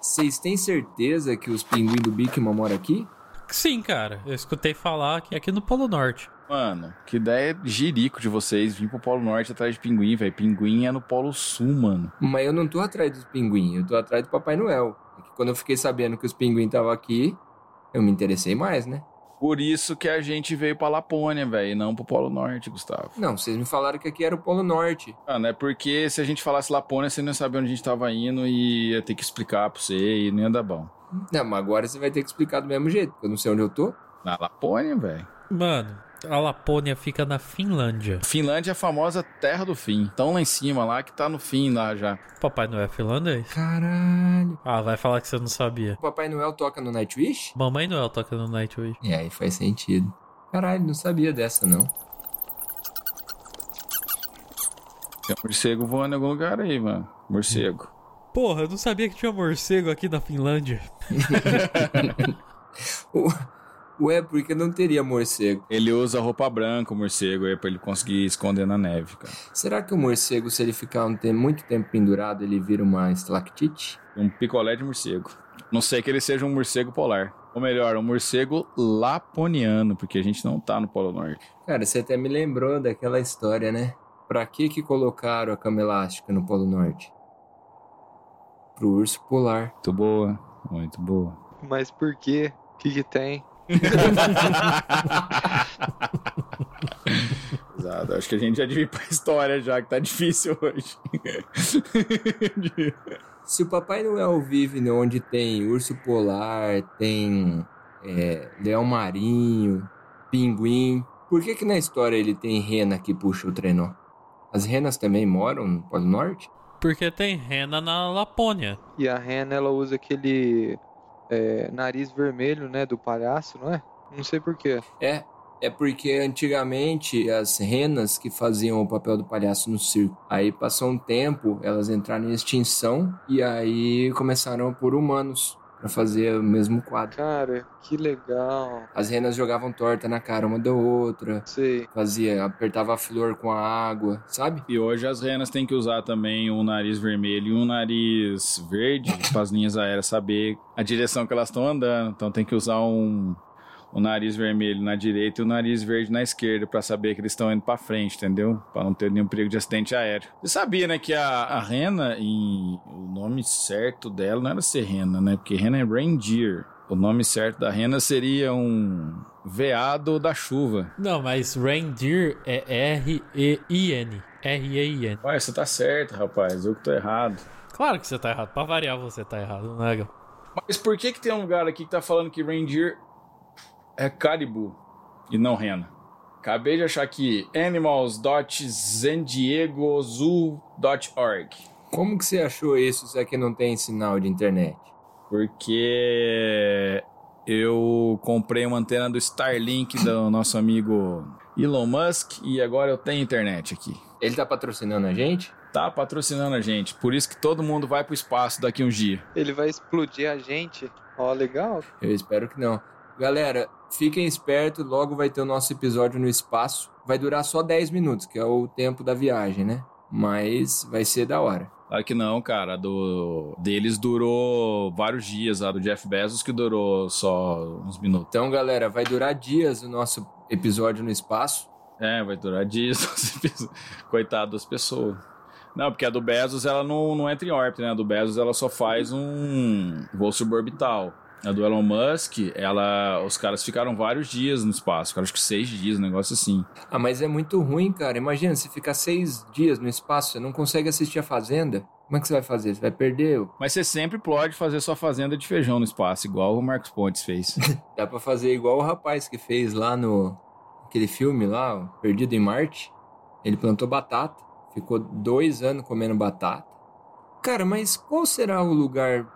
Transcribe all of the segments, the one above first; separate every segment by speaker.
Speaker 1: Vocês têm certeza que os pinguins do Bigman moram aqui?
Speaker 2: Sim, cara. Eu escutei falar que é aqui no Polo Norte.
Speaker 3: Mano, que ideia girico de vocês vir pro Polo Norte atrás de pinguim, velho. Pinguim é no Polo Sul, mano.
Speaker 1: Mas eu não tô atrás dos pinguins, eu tô atrás do Papai Noel. É que quando eu fiquei sabendo que os pinguins estavam aqui, eu me interessei mais, né?
Speaker 3: Por isso que a gente veio pra Lapônia, velho, e não pro Polo Norte, Gustavo.
Speaker 1: Não, vocês me falaram que aqui era o Polo Norte.
Speaker 3: Mano, é porque se a gente falasse Lapônia, você não ia saber onde a gente tava indo e ia ter que explicar pra você e não ia dar bom.
Speaker 1: Não, mas agora você vai ter que explicar do mesmo jeito, porque eu não sei onde eu tô.
Speaker 3: Na Lapônia, velho.
Speaker 2: Mano, a Lapônia fica na Finlândia.
Speaker 3: Finlândia é a famosa terra do fim. Tão lá em cima, lá que tá no fim lá já.
Speaker 2: Papai Noel é finlandês?
Speaker 1: Caralho.
Speaker 2: Ah, vai falar que você não sabia.
Speaker 1: O Papai Noel toca no Nightwish?
Speaker 2: Mamãe Noel toca no Nightwish.
Speaker 1: É, aí faz sentido. Caralho, não sabia dessa, não.
Speaker 3: Tem um morcego voando em algum lugar aí, mano. Morcego.
Speaker 2: Porra, eu não sabia que tinha morcego aqui na Finlândia.
Speaker 1: Ué, porque não teria morcego?
Speaker 3: Ele usa roupa branca, o morcego, aí pra ele conseguir esconder na neve, cara.
Speaker 1: Será que o morcego, se ele ficar um te- muito tempo pendurado, ele vira uma estalactite?
Speaker 3: Um picolé de morcego. Não sei que ele seja um morcego polar. Ou melhor, um morcego laponiano, porque a gente não tá no Polo Norte.
Speaker 1: Cara, você até me lembrou daquela história, né? Pra que que colocaram a cama elástica no Polo Norte? Pro urso polar.
Speaker 3: Muito boa, muito boa.
Speaker 4: Mas por quê? O que, que tem?
Speaker 3: Exato, acho que a gente já devia ir pra história já, que tá difícil hoje.
Speaker 1: Se o Papai Noel vive né, onde tem urso polar, tem é, leão marinho, pinguim, por que que na história ele tem rena que puxa o trenó? As renas também moram no Polo Norte?
Speaker 2: Porque tem rena na Lapônia.
Speaker 4: E a Rena, ela usa aquele é, nariz vermelho, né, do palhaço, não é? Não sei por quê.
Speaker 1: É, é porque antigamente as renas que faziam o papel do palhaço no circo, aí passou um tempo, elas entraram em extinção e aí começaram por humanos pra fazer o mesmo quadro.
Speaker 4: Cara, que legal.
Speaker 1: As renas jogavam torta na cara uma da outra,
Speaker 4: Sei.
Speaker 1: fazia, apertava a flor com a água, sabe?
Speaker 3: E hoje as renas têm que usar também um nariz vermelho e um nariz verde para as linhas aéreas saber a direção que elas estão andando. Então tem que usar um, um nariz vermelho na direita e um nariz verde na esquerda para saber que eles estão indo para frente, entendeu? Para não ter nenhum perigo de acidente aéreo. Você sabia, né, que a, a rena, em, o nome certo dela não era ser rena, né? Porque rena é reindeer. O nome certo da rena seria um veado da chuva.
Speaker 2: Não, mas reindeer é R-E-I-N. R-E-I-N.
Speaker 3: Ué, você tá certo, rapaz. Eu que tô errado.
Speaker 2: Claro que você tá errado. Pra variar, você tá errado, né, Gal?
Speaker 3: Mas por que que tem um lugar aqui que tá falando que reindeer é caribu e não rena? Acabei de achar aqui animals.zandiegozu.org
Speaker 1: Como que você achou isso se aqui não tem sinal de internet?
Speaker 3: porque eu comprei uma antena do Starlink do nosso amigo Elon Musk e agora eu tenho internet aqui.
Speaker 1: Ele tá patrocinando a gente?
Speaker 3: Tá patrocinando a gente, por isso que todo mundo vai pro espaço daqui um dia.
Speaker 4: Ele vai explodir a gente. Ó, legal.
Speaker 1: Eu espero que não. Galera, fiquem espertos, logo vai ter o nosso episódio no espaço. Vai durar só 10 minutos, que é o tempo da viagem, né? Mas vai ser da hora.
Speaker 3: Claro Ah, que não, cara. A Do deles durou vários dias, a do Jeff Bezos que durou só uns minutos.
Speaker 1: Então, galera, vai durar dias o nosso episódio no espaço.
Speaker 3: É, vai durar dias. Coitado das pessoas. Não, porque a do Bezos ela não, não entra em órbita, né? A do Bezos ela só faz um voo suborbital. A do Elon Musk, ela, os caras ficaram vários dias no espaço, cara, acho que seis dias, um negócio assim.
Speaker 1: Ah, mas é muito ruim, cara. Imagina, se ficar seis dias no espaço, você não consegue assistir a Fazenda. Como é que você vai fazer? Você vai perder? o-
Speaker 3: Mas você sempre pode fazer sua fazenda de feijão no espaço, igual o Marcos Pontes fez.
Speaker 1: Dá pra fazer igual o rapaz que fez lá no. Aquele filme lá, ó, Perdido em Marte. Ele plantou batata, ficou dois anos comendo batata. Cara, mas qual será o lugar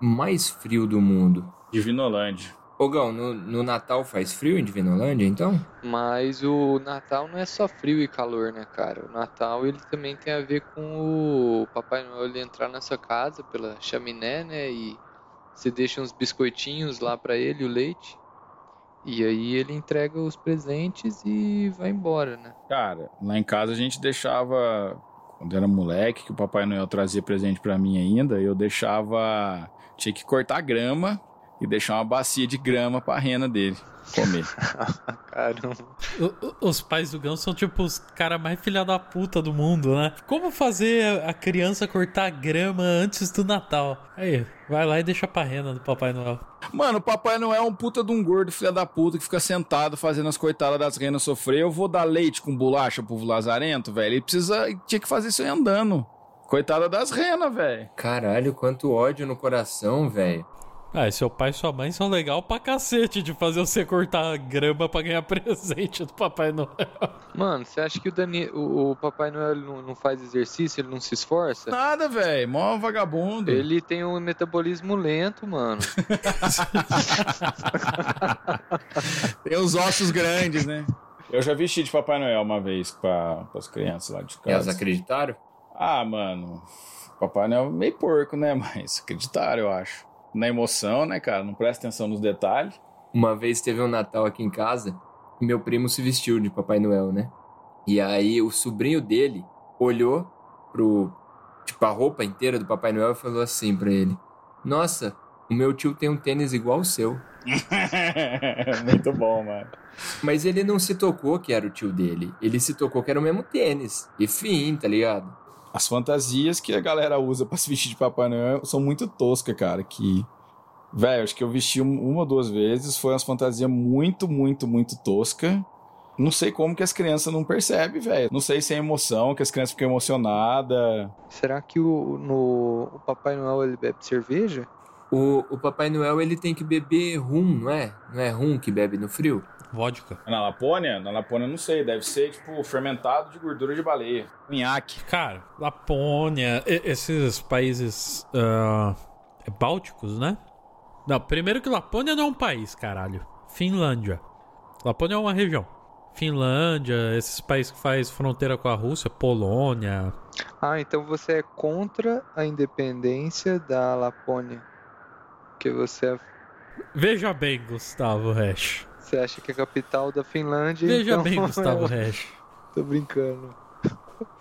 Speaker 1: mais frio do mundo?
Speaker 3: Divinolândia.
Speaker 1: Ogão, no, no Natal faz frio em Divinolândia, então?
Speaker 4: Mas o Natal não é só frio e calor, né, cara? O Natal ele também tem a ver com o Papai Noel ele entrar na sua casa pela chaminé, né? E você deixa uns biscoitinhos lá pra ele, o leite. E aí ele entrega os presentes e vai embora, né?
Speaker 3: Cara, lá em casa a gente deixava quando eu era moleque, que o Papai Noel trazia presente pra mim ainda, eu deixava. Tinha que cortar grama e deixar uma bacia de grama pra rena dele comer.
Speaker 4: Caramba.
Speaker 2: O- o- os pais do Gão são tipo os caras mais filha da puta do mundo, né? Como fazer a criança cortar grama antes do Natal? Aí, vai lá e deixa pra rena do Papai Noel.
Speaker 3: Mano, o Papai Noel é um puta de um gordo, filha da puta, que fica sentado fazendo as coitadas das renas sofrer. Eu vou dar leite com bolacha pro lazarento, velho. Ele precisa. ele Tinha que fazer isso aí andando. Coitada das renas, velho.
Speaker 1: Caralho, quanto ódio no coração, velho.
Speaker 2: Ah, e seu pai e sua mãe são legal pra cacete de fazer você cortar grama pra ganhar presente do Papai Noel.
Speaker 4: Mano, você acha que o, Dani, o, o Papai Noel ele não, não faz exercício, ele não se esforça?
Speaker 3: Nada, velho. Mó vagabundo.
Speaker 4: Ele tem um metabolismo lento, mano.
Speaker 3: Tem os ossos grandes, né? Eu já vesti de Papai Noel uma vez pra, pras crianças lá de
Speaker 1: E elas
Speaker 3: casa.
Speaker 1: acreditaram?
Speaker 3: Ah, mano. Papai Noel é meio porco, né? Mas acreditaram, eu acho. Na emoção, né, cara? Não presta atenção nos detalhes.
Speaker 1: Uma vez teve um Natal aqui em casa, e meu primo se vestiu de Papai Noel, né? E aí o sobrinho dele olhou pro tipo a roupa inteira do Papai Noel e falou assim pra ele: "Nossa, o meu tio tem um tênis igual o seu".
Speaker 3: Muito bom, mano.
Speaker 1: Mas ele não se tocou que era o tio dele. Ele se tocou que era o mesmo tênis. E fim, tá ligado?
Speaker 3: As fantasias que a galera usa pra se vestir de Papai Noel são muito toscas, cara. Que. Velho, acho que eu vesti um- uma ou duas vezes. Foi umas fantasias muito, muito, muito tosca. Não sei como que as crianças não percebem, velho. Não sei se é emoção, que as crianças ficam emocionadas.
Speaker 4: Será que o, no, o Papai Noel ele bebe cerveja?
Speaker 1: O, o Papai Noel, ele tem que beber rum, não é? Não é rum que bebe no frio?
Speaker 2: Vodka.
Speaker 3: Na Lapônia? Na Lapônia, não sei. Deve ser, tipo, fermentado de gordura de baleia. Minhaque.
Speaker 2: Cara, Lapônia, e- esses países ah, bálticos, né? Não, primeiro que Lapônia não é um país, caralho. Finlândia. Lapônia é uma região. Finlândia, esses países que faz fronteira com a Rússia, Polônia.
Speaker 4: Ah, então você é contra a independência da Lapônia. Porque você, é-
Speaker 2: Veja bem, Gustavo Resch.
Speaker 4: você acha que é a capital da Finlândia.
Speaker 2: Veja
Speaker 4: então
Speaker 2: bem, Gustavo
Speaker 4: eu
Speaker 2: Resch.
Speaker 4: Tô brincando.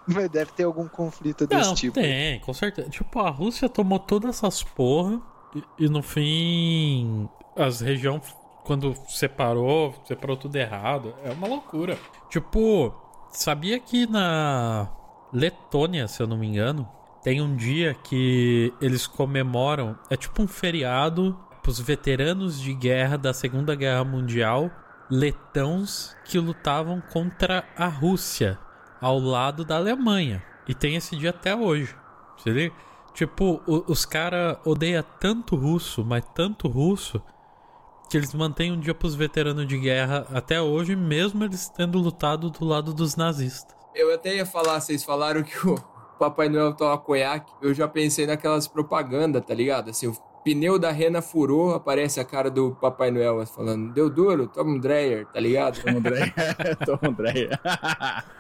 Speaker 4: Mas deve ter algum conflito desse
Speaker 2: Não,
Speaker 4: tipo.
Speaker 2: tem, com certeza. Tipo, a Rússia tomou todas essas porra e, e no fim as regiões, quando separou, separou tudo errado. É uma loucura. Tipo, sabia que na Letônia, se eu não me engano, tem um dia que eles comemoram, é tipo um feriado pros veteranos de guerra da Segunda Guerra Mundial, letãos que lutavam contra a Rússia ao lado da Alemanha. E tem esse dia até hoje. Você liga? Tipo, o- os caras odeiam tanto russo, mas tanto russo, que eles mantêm um dia pros veteranos de guerra até hoje, mesmo eles tendo lutado do lado dos nazistas.
Speaker 1: Eu até ia falar, vocês falaram que o Papai Noel toma conhaque. Eu já pensei naquelas propagandas, tá ligado? Assim, o pneu da rena furou, aparece a cara do Papai Noel falando, deu duro, toma um Dreyer, tá ligado?
Speaker 3: Tom Andréia. Tom Andréia.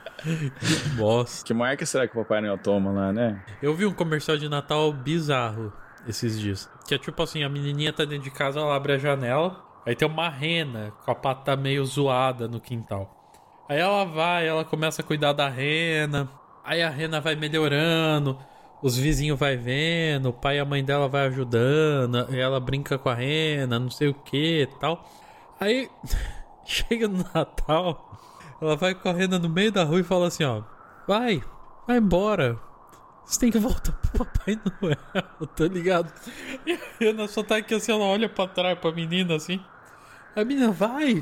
Speaker 2: Bosta.
Speaker 3: que marca será que o Papai Noel toma lá, né?
Speaker 2: Eu vi um comercial de Natal bizarro esses dias. Que é tipo assim, a menininha tá dentro de casa, ela abre a janela, aí tem uma rena com a pata meio zoada no quintal. Aí ela vai, ela começa a cuidar da rena, aí a rena vai melhorando, os vizinhos vai vendo, o pai e a mãe dela vai ajudando, aí ela brinca com a rena, não sei o que tal. Aí chega no Natal, ela vai com a rena no meio da rua e fala assim, ó, vai, vai embora, você tem que voltar pro Papai Noel, tá ligado? E a Ana só tá aqui assim, ela olha pra trás pra menina assim. A menina vai,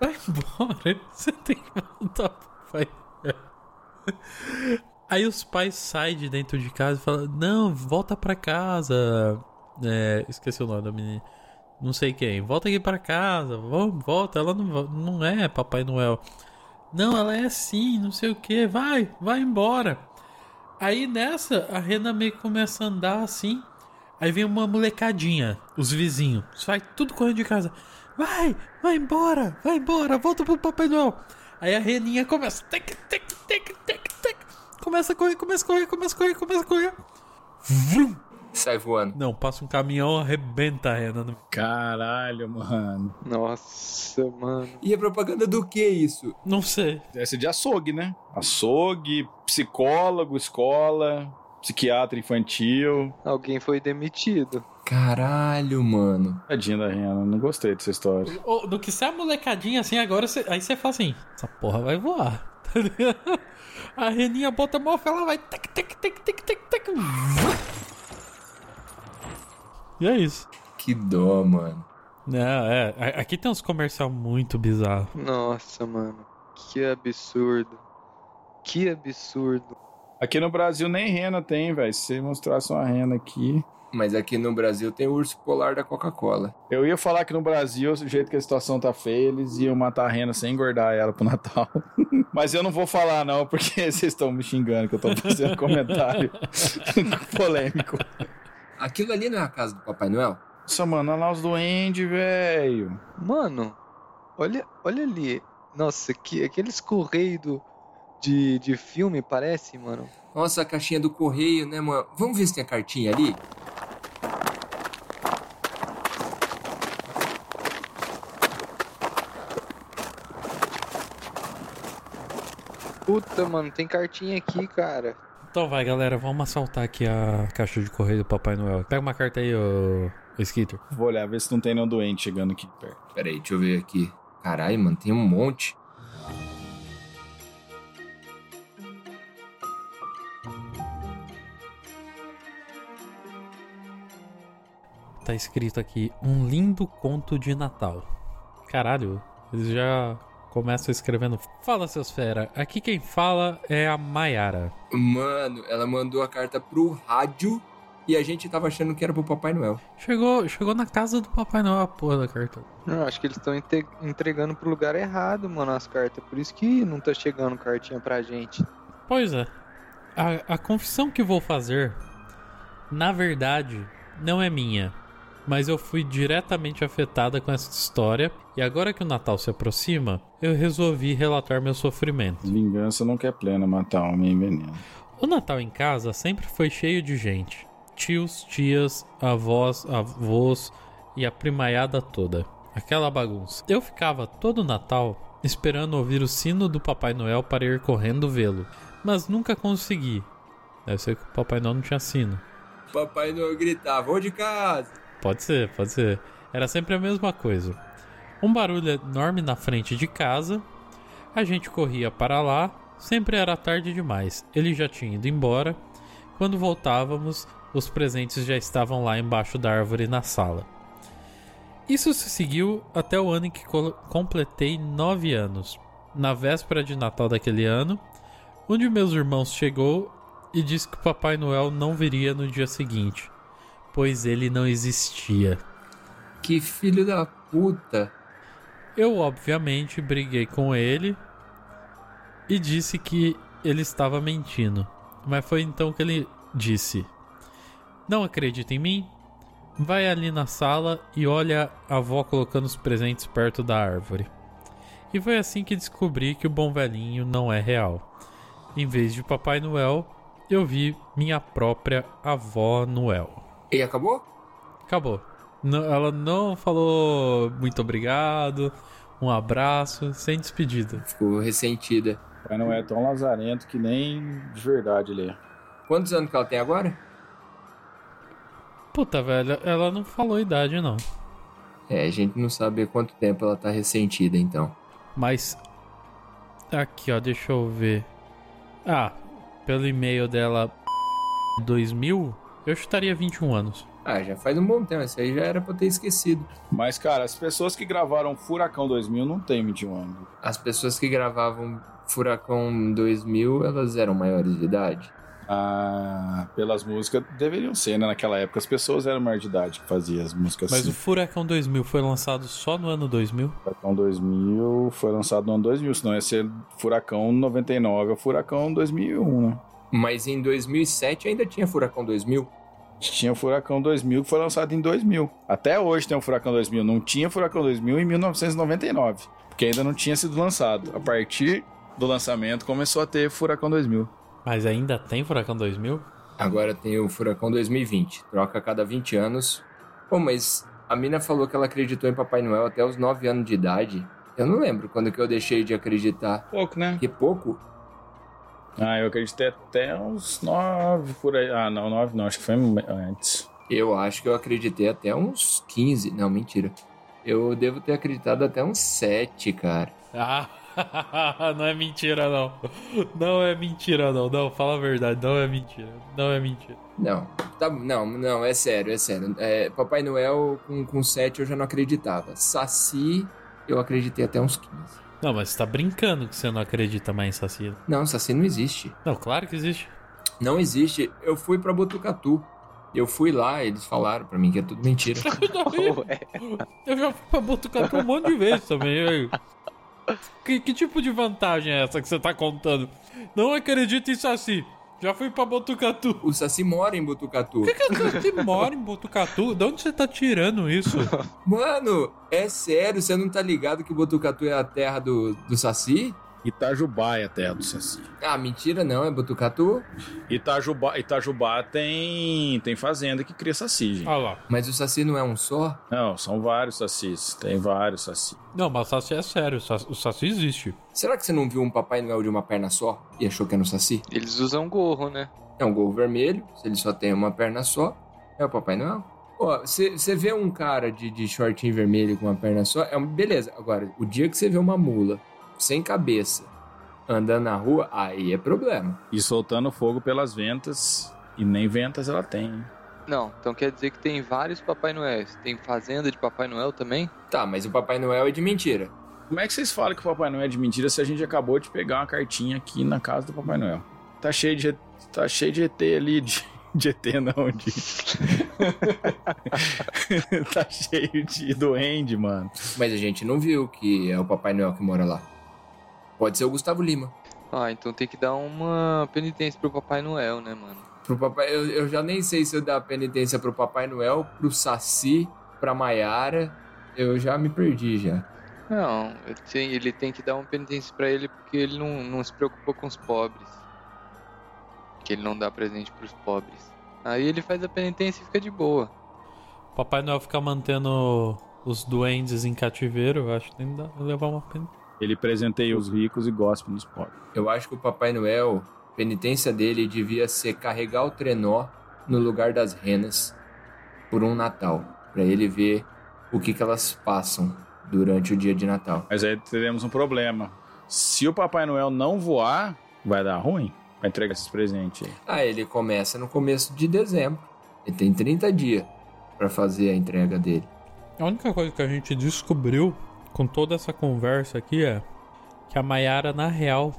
Speaker 2: vai embora, você tem que voltar pro Papai Noel. Aí os pais saem de dentro de casa e falam: Não, volta pra casa. É, esqueci o nome da menina. Não sei quem. Volta aqui pra casa, vamos, volta. Ela não, vo- não é Papai Noel. Não, ela é sim, não sei o que. Vai, vai embora. Aí nessa, a Rena meio que começa a andar assim. Aí vem uma molecadinha, os vizinhos. Sai tudo correndo de casa. Vai, vai embora, vai embora, volta pro Papai Noel. Aí a Reninha começa. Tec, tec, tec, tec, tec. Começa a correr, começa a correr, começa a correr, começa a correr. Vrum!
Speaker 1: Sai voando.
Speaker 2: Não, passa um caminhão, arrebenta a rena. no-
Speaker 3: Caralho, mano.
Speaker 4: Nossa, mano.
Speaker 1: E a propaganda do que isso?
Speaker 2: Não sei.
Speaker 3: Deve ser de açougue, né? Açougue, psicólogo, escola, psiquiatra infantil.
Speaker 4: Alguém foi demitido.
Speaker 1: Caralho, mano.
Speaker 3: Tadinha da Rihanna, não gostei dessa história.
Speaker 2: Ô, do que sai a molecadinha assim, agora cê- aí você fala assim: essa porra vai voar. tá ligado? a reninha bota a mão, ela vai. Tac, tac, tac, tac, tac, tac. E é isso.
Speaker 1: Que dó, mano.
Speaker 2: Não, é. a- Aqui tem uns comercial muito bizarro.
Speaker 4: Nossa, mano. Que absurdo. Que absurdo.
Speaker 3: Aqui no Brasil nem rena tem, velho. Se mostrasse uma rena aqui.
Speaker 1: Mas aqui no Brasil tem o urso polar da Coca-Cola.
Speaker 3: Eu ia falar que no Brasil, do jeito que a situação tá feia, eles iam matar a rena sem engordar ela pro Natal. Mas eu não vou falar, não, porque vocês estão me xingando que eu tô fazendo comentário polêmico.
Speaker 1: Aquilo ali não é a casa do Papai Noel?
Speaker 3: Nossa, mano, olha lá os duendes, velho.
Speaker 4: Mano, olha, olha ali. Nossa, que, aquele escorreido de, de filme parece, mano.
Speaker 1: Nossa, a caixinha do correio, né, mano? Vamos ver se tem a cartinha ali?
Speaker 4: Puta, mano, tem cartinha aqui, cara.
Speaker 2: Então vai, galera, vamos assaltar aqui a caixa de correio do Papai Noel. Pega uma carta aí, ô. ô Skitter.
Speaker 3: Vou olhar, ver se não tem nenhum doente chegando aqui perto.
Speaker 1: Pera aí, deixa eu ver aqui. Caralho, mano, tem um monte.
Speaker 2: Tá escrito aqui: Um lindo conto de Natal. Caralho, eles já começam escrevendo. Fala, seus fera. Aqui quem fala é a Maiara.
Speaker 1: Mano, ela mandou a carta pro rádio e a gente tava achando que era pro Papai Noel.
Speaker 2: Chegou, chegou na casa do Papai Noel a porra da carta.
Speaker 4: Eu acho que eles estão entregando pro lugar errado, mano, as cartas. Por isso que não tá chegando cartinha pra gente.
Speaker 2: Pois é. A, a confissão que vou fazer, na verdade, não é minha. Mas eu fui diretamente afetada com essa história. E agora que o Natal se aproxima, eu resolvi relatar meu sofrimento.
Speaker 3: Vingança não quer plena, matar homem envenena.
Speaker 2: O Natal em casa sempre foi cheio de gente. Tios, tias, avós, avós e a primaiada toda. Aquela bagunça. Eu ficava todo Natal esperando ouvir o sino do Papai Noel para ir correndo vê-lo, mas nunca consegui. Deve ser que o Papai Noel não tinha sino.
Speaker 1: Papai Noel gritava, vou de casa.
Speaker 2: Pode ser, pode ser. Era sempre a mesma coisa. Um barulho enorme na frente de casa. A gente corria para lá. Sempre era tarde demais. Ele já tinha ido embora. Quando voltávamos, os presentes já estavam lá embaixo da árvore na sala. Isso se seguiu até o ano em que col- completei 9 anos. Na véspera de Natal daquele ano, um de meus irmãos chegou e disse que o Papai Noel não viria no dia seguinte pois ele não existia.
Speaker 1: Que filho da puta.
Speaker 2: Eu, obviamente, briguei com ele e disse que ele estava mentindo. Mas foi então que ele disse: Não acredita em mim? Vai ali na sala e olha a avó colocando os presentes perto da árvore. E foi assim que descobri que o bom velhinho não é real. Em vez de Papai Noel, eu vi minha própria avó Noel.
Speaker 1: E acabou?
Speaker 2: Acabou. Não- ela não falou muito obrigado, um abraço, sem despedida.
Speaker 1: Ficou ressentida.
Speaker 3: Mas não é tão lazarento que nem de verdade ele é.
Speaker 1: Quantos anos que ela tem agora?
Speaker 2: Puta, velho, ela não falou idade, não.
Speaker 1: É, a gente não sabe há quanto tempo ela tá ressentida, então.
Speaker 2: Mas. Aqui, ó, deixa eu ver. Ah, pelo e-mail dela 2000, eu chutaria 21 anos.
Speaker 1: Ah, já faz um bom tempo, isso aí já era pra eu ter esquecido.
Speaker 3: Mas, cara, as pessoas que gravaram Furacão 2000 não tem 21 anos.
Speaker 1: As pessoas que gravavam Furacão 2000, elas eram maiores de idade?
Speaker 3: Ah, pelas músicas, deveriam ser, né? Naquela época as pessoas eram maior de idade que faziam as músicas
Speaker 2: Mas
Speaker 3: assim.
Speaker 2: o Furacão 2000 foi lançado só no ano 2000?
Speaker 3: Furacão 2000 foi lançado no ano 2000, senão ia ser Furacão 99 ou Furacão 2001, né?
Speaker 1: Mas em 2007 ainda tinha Furacão 2000?
Speaker 3: Tinha o Furacão 2000 que foi lançado em 2000. Até hoje tem o Furacão 2000. Não tinha Furacão 2000 em 1999, porque ainda não tinha sido lançado. A partir do lançamento começou a ter Furacão 2000.
Speaker 2: Mas ainda tem Furacão 2000?
Speaker 1: Agora tem o Furacão 2020. Troca a cada 20 anos. Pô, mas a mina falou que ela acreditou em Papai Noel até os 9 anos de idade. Eu não lembro quando que eu deixei de acreditar.
Speaker 3: Pouco, né?
Speaker 1: Que pouco?
Speaker 3: Ah, eu acreditei até uns nove por aí. Ah, não, nove não, acho que foi antes.
Speaker 1: Eu acho que eu acreditei até uns 15. Não, mentira. Eu devo ter acreditado até uns 7, cara.
Speaker 2: Ah, não é mentira, não. Não é mentira, não. Não, fala a verdade. Não é mentira. Não é mentira.
Speaker 1: Não, tá, não, não, é sério, é sério. É, Papai Noel com, com 7 eu já não acreditava. Saci, eu acreditei até uns 15.
Speaker 2: Não, mas você tá brincando que você não acredita mais em Saci.
Speaker 1: Não, Saci não existe.
Speaker 2: Não, claro que existe.
Speaker 1: Não existe. Eu fui pra Botucatu. Eu fui lá, eles falaram pra mim que é tudo mentira.
Speaker 2: Ué.
Speaker 4: é.
Speaker 2: Eu já fui pra Botucatu um monte de vezes também. eu- Que, que tipo de vantagem é essa que você tá contando? Não acredito em Saci. Já fui pra Botucatu.
Speaker 1: O Saci mora em Botucatu.
Speaker 2: Por que que Saci mora em Botucatu? De onde você tá tirando isso?
Speaker 1: Mano, é sério, você não tá ligado que Botucatu é a terra do, do Saci?
Speaker 3: Itajubá é a terra do Saci.
Speaker 1: Ah, mentira não, é Botucatu.
Speaker 3: Itajubá, Itajubá tem, tem fazenda que cria Saci, gente.
Speaker 2: Olha lá.
Speaker 1: Mas o Saci não é um só?
Speaker 3: Não, são vários Sacis. Tem vários Saci.
Speaker 2: Não, mas Saci é sério. Saci- O Saci existe.
Speaker 1: Será que você não viu um Papai Noel de uma perna só e achou que era um Saci?
Speaker 4: Eles usam gorro, né?
Speaker 1: É um gol vermelho, se ele só tem uma perna só, é o Papai Noel. Ó, você vê um cara de, de shortinho vermelho com uma perna só, é um, beleza. Agora, o dia que você vê uma mula sem cabeça andando na rua, aí é problema.
Speaker 3: E soltando fogo pelas ventas. E nem ventas ela tem. hein?
Speaker 4: Não, então quer dizer que tem vários Papai Noel. Tem fazenda de Papai Noel também?
Speaker 1: Tá, mas o Papai Noel é de mentira.
Speaker 3: Como é que vocês falam que o Papai Noel é de mentira se a gente acabou de pegar uma cartinha aqui na casa do Papai Noel? Tá cheio de, tá cheio de ET ali, de, de ET não, de... tá cheio de doende, mano.
Speaker 1: Mas a gente não viu que é o Papai Noel que mora lá. Pode ser o Gustavo Lima.
Speaker 4: Ah, então tem que dar uma penitência pro Papai Noel, né, mano?
Speaker 1: Pro papai, eu, eu já nem sei se eu dar penitência pro Papai Noel, pro Saci, pra Maiara. Eu já me perdi já.
Speaker 4: Não, ele tem, ele tem que dar uma penitência pra ele porque ele não, não se preocupa com os pobres. Que ele não dá presente pros pobres. Aí ele faz a penitência e fica de boa.
Speaker 2: Papai Noel fica mantendo os duendes em cativeiro. Eu acho que tem que dar- levar uma pena.
Speaker 3: Ele presenteia os ricos e gosta nos pobres.
Speaker 1: Eu acho que o Papai Noel, a penitência dele devia ser carregar o trenó no lugar das renas por um Natal, Pra ele ver o que, que elas passam durante o dia de Natal.
Speaker 3: Mas aí teremos um problema. Se o Papai Noel não voar, vai dar ruim. Vai entregar esses presentes aí.
Speaker 1: Ah, ele começa no começo de dezembro. Ele tem 30 dias pra fazer a entrega dele.
Speaker 2: A única coisa que a gente descobriu com toda essa conversa aqui é que a Maiara, na real,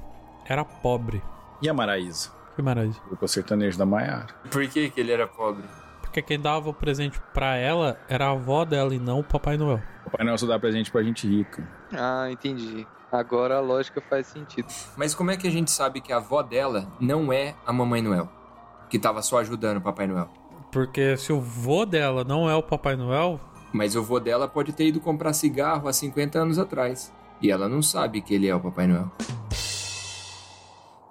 Speaker 2: era pobre.
Speaker 3: E a Maraísa?
Speaker 2: Que maravilha.
Speaker 3: Grupo sertanejo da Maiara.
Speaker 1: Por que, que ele era pobre?
Speaker 2: Porque quem dava o presente pra ela era a avó dela e não o Papai Noel.
Speaker 3: Papai Noel só dá presente pra gente rica.
Speaker 4: Ah, entendi. Agora a lógica faz sentido.
Speaker 1: Mas como é que a gente sabe que a avó dela não é a Mamãe Noel? Que tava só ajudando o Papai Noel.
Speaker 2: Porque se o vô dela não é o Papai Noel,
Speaker 1: Mas o vô dela pode ter ido comprar cigarro há 50 anos atrás. E ela não sabe que ele é o Papai Noel.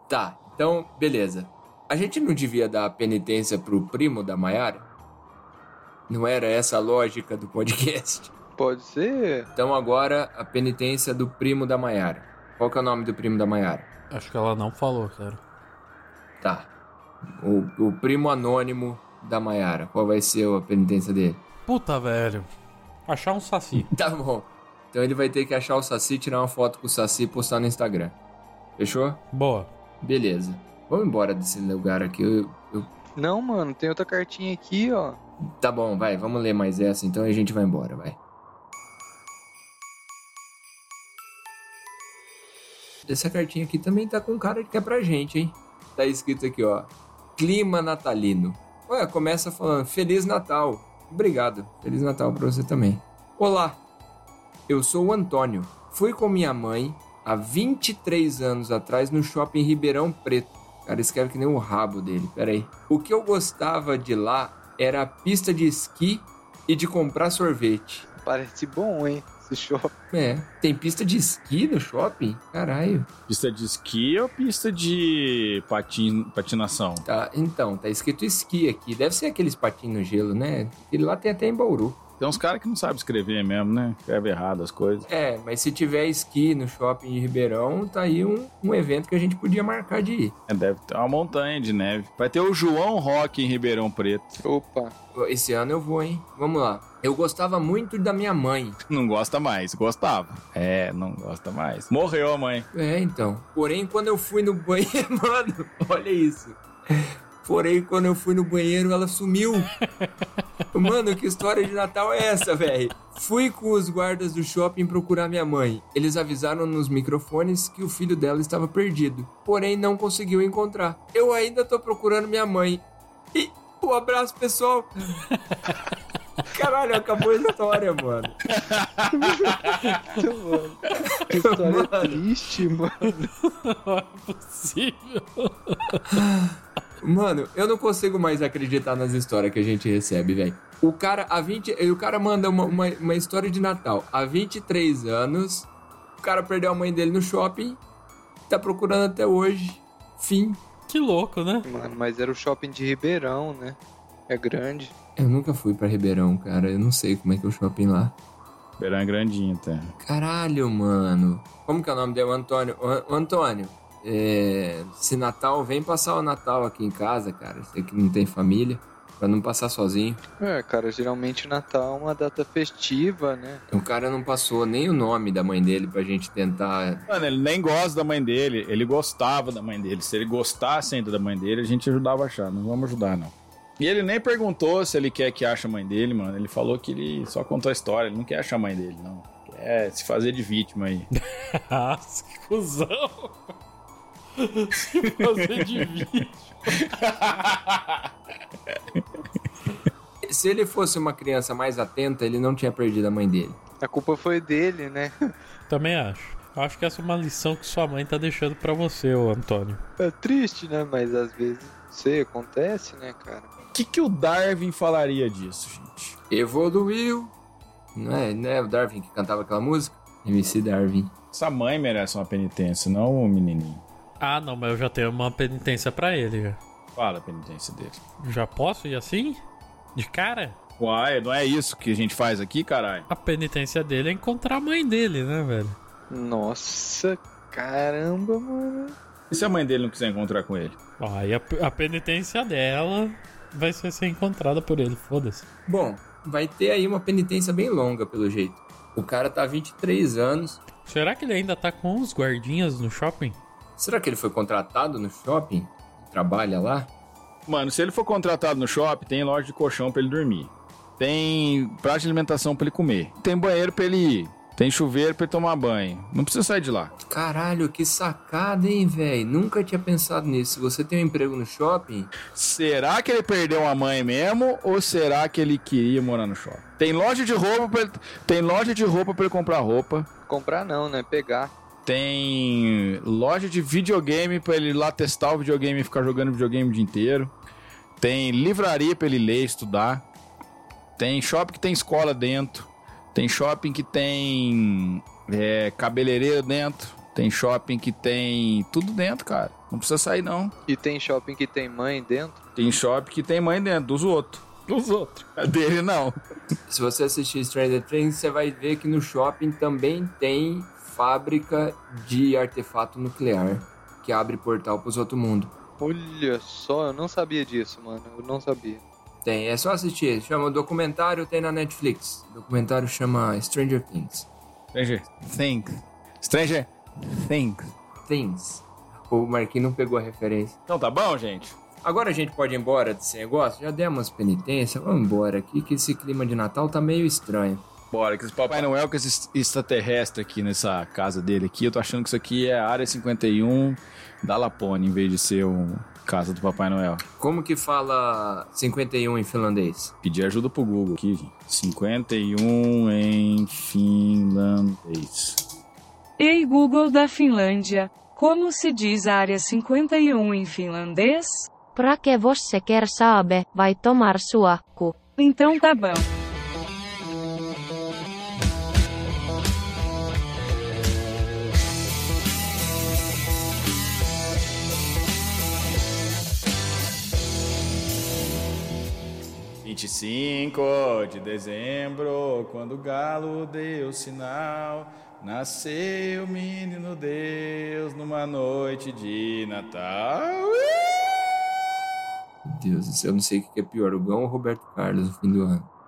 Speaker 1: Tá, então, beleza. A gente não devia dar penitência pro primo da Maiara? Não era essa a lógica do podcast?
Speaker 4: Pode ser?
Speaker 1: Então agora a penitência do primo da Maiara. Qual que é o nome do primo da Maiara?
Speaker 2: acho que ela não falou, cara.
Speaker 1: Tá. O, o primo anônimo da Maiara. Qual vai ser a penitência dele?
Speaker 2: Puta, velho. Achar um saci.
Speaker 1: Tá bom. Então ele vai ter que achar o Saci, tirar uma foto com o Saci e postar no Instagram. Fechou?
Speaker 2: Boa.
Speaker 1: Beleza. Vamos embora desse lugar aqui. Eu- eu-
Speaker 4: Não, mano, tem outra cartinha aqui, ó.
Speaker 1: Tá bom, vai. Vamos ler mais essa então e a gente vai embora, vai. Essa cartinha aqui também tá com cara de que é pra gente, hein? Tá escrito aqui, ó. Clima natalino. Olha, começa falando Feliz Natal. Obrigado. Feliz Natal pra você também. Olá. Eu sou o Antônio. Fui com minha mãe há 23 anos atrás no shopping Ribeirão Preto. Cara, escreve que nem o rabo dele. Pera aí. O que eu gostava de lá era a pista de esqui e de comprar sorvete.
Speaker 4: Parece bom, hein? esse shopping.
Speaker 1: É. Tem pista de esqui no shopping? Caralho.
Speaker 3: Pista de esqui ou pista de patin... patinação?
Speaker 1: Tá, então, tá escrito esqui aqui. Deve ser aqueles patins no gelo, né? Ele lá tem até em Bauru.
Speaker 3: Tem uns caras que não sabem escrever mesmo, né? Escreve errado as coisas.
Speaker 1: É, mas se tiver esqui no shopping de Ribeirão, tá aí um, um evento que a gente podia marcar de ir.
Speaker 3: É, deve ter uma montanha de neve. Vai ter o João Rock em Ribeirão Preto.
Speaker 4: Opa,
Speaker 1: Esse ano eu vou, hein? Vamos lá. Eu gostava muito da minha mãe.
Speaker 3: Não gosta mais, gostava. É, não gosta mais. Morreu a mãe.
Speaker 1: É, então. Porém, quando eu fui no banheiro, mano, olha isso. Porém, quando eu fui no banheiro, ela sumiu. Mano, que história de Natal é essa, velho? Fui com os guardas do shopping procurar minha mãe. Eles avisaram nos microfones que o filho dela estava perdido, porém não conseguiu encontrar. Eu ainda tô procurando minha mãe. E um abraço, pessoal. Caralho, acabou a história, mano.
Speaker 4: mano. Que história triste, mano.
Speaker 2: Não é possível.
Speaker 1: Mano, eu não consigo mais acreditar nas histórias que a gente recebe, velho. O cara, há 20. O cara manda uma, uma, uma história de Natal. Há 23 anos, o cara perdeu a mãe dele no shopping, tá procurando até hoje. Fim.
Speaker 2: Que louco, né?
Speaker 4: Mano, mas era o shopping de Ribeirão, né? É grande.
Speaker 1: Eu nunca fui pra Ribeirão, cara. Eu não sei como é que é o shopping lá.
Speaker 3: Ribeirão é grandinho, tá?
Speaker 1: Caralho, mano. Como que é o nome dele? O Antônio. O An- o Antônio, é, se Natal, vem passar o Natal aqui em casa, cara. Você que não tem família, pra não passar sozinho.
Speaker 4: É, cara, geralmente o Natal é uma data festiva, né?
Speaker 1: O cara não passou nem o nome da mãe dele pra gente tentar.
Speaker 3: Mano, ele nem gosta da mãe dele. Ele gostava da mãe dele. Se ele gostasse ainda da mãe dele, a gente ajudava a achar. Não vamos ajudar, não. E ele nem perguntou se ele quer que ache a mãe dele, mano. Ele falou que ele só contou a história. Ele não quer achar a mãe dele, não. Quer se fazer de vítima aí.
Speaker 2: Nossa, Ah, que cuzão. Se fazer de vídeo.
Speaker 1: Se ele fosse uma criança mais atenta, ele não tinha perdido a mãe dele.
Speaker 4: A culpa foi dele, né?
Speaker 2: Também acho. Acho que essa é uma lição que sua mãe tá deixando pra você, ô Antônio.
Speaker 4: É triste, né? Mas às vezes não sei, acontece, né, cara?
Speaker 3: O que, que o Darwin falaria disso, gente?
Speaker 1: Evoluiu. Não é, não é o Darwin que cantava aquela música? MC Darwin.
Speaker 3: Essa mãe merece uma penitência, não o menininho.
Speaker 2: Ah, não, mas eu já tenho uma penitência pra ele. já.
Speaker 3: Fala a penitência dele.
Speaker 2: Já posso ir assim? De cara?
Speaker 3: Uai, não é isso que a gente faz aqui, caralho?
Speaker 2: A penitência dele é encontrar a mãe dele, né, velho?
Speaker 4: Nossa, caramba, mano.
Speaker 3: E se a mãe dele não quiser encontrar com ele?
Speaker 2: Ó, aí a, a penitência dela vai ser ser encontrada por ele, foda-se.
Speaker 1: Bom, vai ter aí uma penitência bem longa, pelo jeito. O cara tá há 23 anos.
Speaker 2: Será que ele ainda tá com os guardinhas no shopping?
Speaker 1: Será que ele foi contratado no shopping? Trabalha lá?
Speaker 3: Mano, se ele for contratado no shopping, tem loja de colchão pra ele dormir. Tem prato de alimentação pra ele comer. Tem banheiro pra ele ir. Tem chuveiro pra ele tomar banho. Não precisa sair de lá.
Speaker 1: Caralho, que sacada, hein, velho? Nunca tinha pensado nisso. Se você tem um emprego no shopping,
Speaker 3: Será que ele perdeu a mãe mesmo ou será que ele queria morar no shopping? Tem loja de roupa pra ele, tem loja de roupa para ele comprar roupa.
Speaker 4: Comprar não, né? Pegar.
Speaker 3: Tem loja de videogame pra ele ir lá testar o videogame e ficar jogando videogame o dia inteiro. Tem livraria pra ele ler, estudar. Tem shopping que tem escola dentro. Tem shopping que tem é, cabeleireiro dentro. Tem shopping que tem tudo dentro, cara. Não precisa sair, não.
Speaker 4: E tem shopping que tem mãe dentro?
Speaker 3: Tem shopping que tem mãe dentro, dos outros.
Speaker 2: Os outros.
Speaker 3: A dele não.
Speaker 1: se você assistir Stranger Things, você vai ver que no shopping também tem fábrica de artefato nuclear que abre portal pros outro mundo.
Speaker 4: Olha só, eu não sabia disso, mano. Eu não sabia.
Speaker 1: Tem, é só assistir. Chama documentário, tem na Netflix. documentário chama Stranger Things.
Speaker 3: Stranger Things. Stranger Things.
Speaker 1: Things. O Marquinhos não pegou a referência.
Speaker 3: Então tá bom, gente?
Speaker 1: Agora a gente pode ir embora desse negócio? Já demos penitência? Vamos embora aqui, que esse clima de Natal tá meio estranho.
Speaker 3: Bora, que esse Papai Noel com esse extraterrestre aqui nessa casa dele aqui, eu tô achando que isso aqui é a Área 51 da Lapônia, em vez de ser um casa do Papai Noel.
Speaker 1: Como que fala 51 em finlandês?
Speaker 3: Pedir ajuda pro Google aqui, gente. 51 em finlandês.
Speaker 5: Ei Google da Finlândia, como se diz área 51 em finlandês?
Speaker 6: Prake vosse ker saabe, vai tomar suakku.
Speaker 5: Então tá bom.
Speaker 3: 25 de dezembro, quando o galo deu sinal, nasceu o menino Deus numa noite de Natal.
Speaker 1: Meu Deus do céu, eu não sei o que é pior, o Gão ou o Roberto Carlos no fim do ano.